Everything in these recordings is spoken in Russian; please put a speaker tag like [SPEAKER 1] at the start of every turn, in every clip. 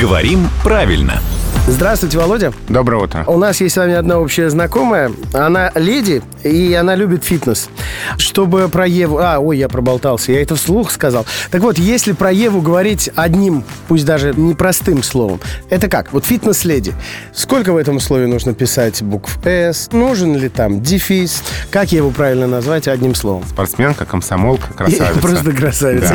[SPEAKER 1] Говорим правильно.
[SPEAKER 2] Здравствуйте, Володя.
[SPEAKER 3] Доброе утро.
[SPEAKER 2] У нас есть с вами одна общая знакомая. Она леди, и она любит фитнес. Чтобы про Еву... А, ой, я проболтался. Я это вслух сказал. Так вот, если про Еву говорить одним, пусть даже непростым словом, это как? Вот фитнес-леди. Сколько в этом слове нужно писать букв «С»? Нужен ли там дефис? Как Еву правильно назвать одним словом?
[SPEAKER 3] Спортсменка, комсомолка, красавица.
[SPEAKER 2] Просто красавица.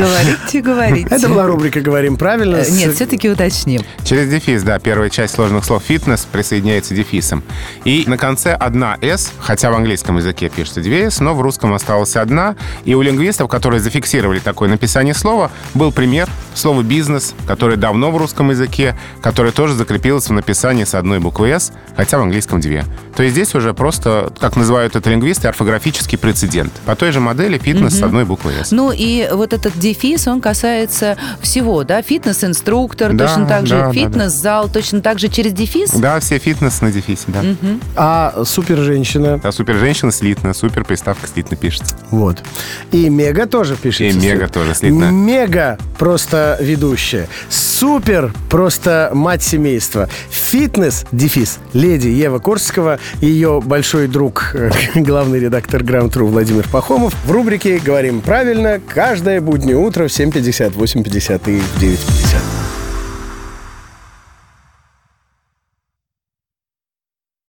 [SPEAKER 3] Да.
[SPEAKER 4] Говорите, говорите.
[SPEAKER 2] Это была рубрика «Говорим правильно».
[SPEAKER 4] Э,
[SPEAKER 2] с-
[SPEAKER 4] Нет, все-таки уточним.
[SPEAKER 3] Через дефис, да, первая часть сложных слов «фитнес» присоединяется дефисом. И на конце одна «с», хотя в английском языке пишется две «с», но в русском осталась одна. И у лингвистов, которые зафиксировали такое написание слова, был пример слова «бизнес», которое давно в русском языке, которое тоже закрепилось в написании с одной буквы «с», хотя в английском две. То есть здесь уже просто, как называют это лингвисты, орфографический прецедент. По той же модели «фитнес» с одной буквы «с».
[SPEAKER 4] Ну и вот этот дефис, он касается всего, да? Фитнес-инструктор,
[SPEAKER 3] Да,
[SPEAKER 4] точно так же
[SPEAKER 3] да, да, да.
[SPEAKER 4] фитнес-зал, точно так же через дефис.
[SPEAKER 3] Да, все фитнес на дефисе, да.
[SPEAKER 2] А супер-женщина...
[SPEAKER 3] А супер женщина слитно, супер приставка слитно пишется.
[SPEAKER 2] Вот. И Мега тоже пишите.
[SPEAKER 3] И Мега тоже слитно.
[SPEAKER 2] Мега просто ведущая. Супер просто мать семейства. Фитнес, дефис, леди Ева Курского, ее большой друг, э, главный редактор Грамм-Тру Владимир Пахомов. В рубрике «Говорим правильно» каждое буднее утро в 7.50, 8.50 и в 9.50.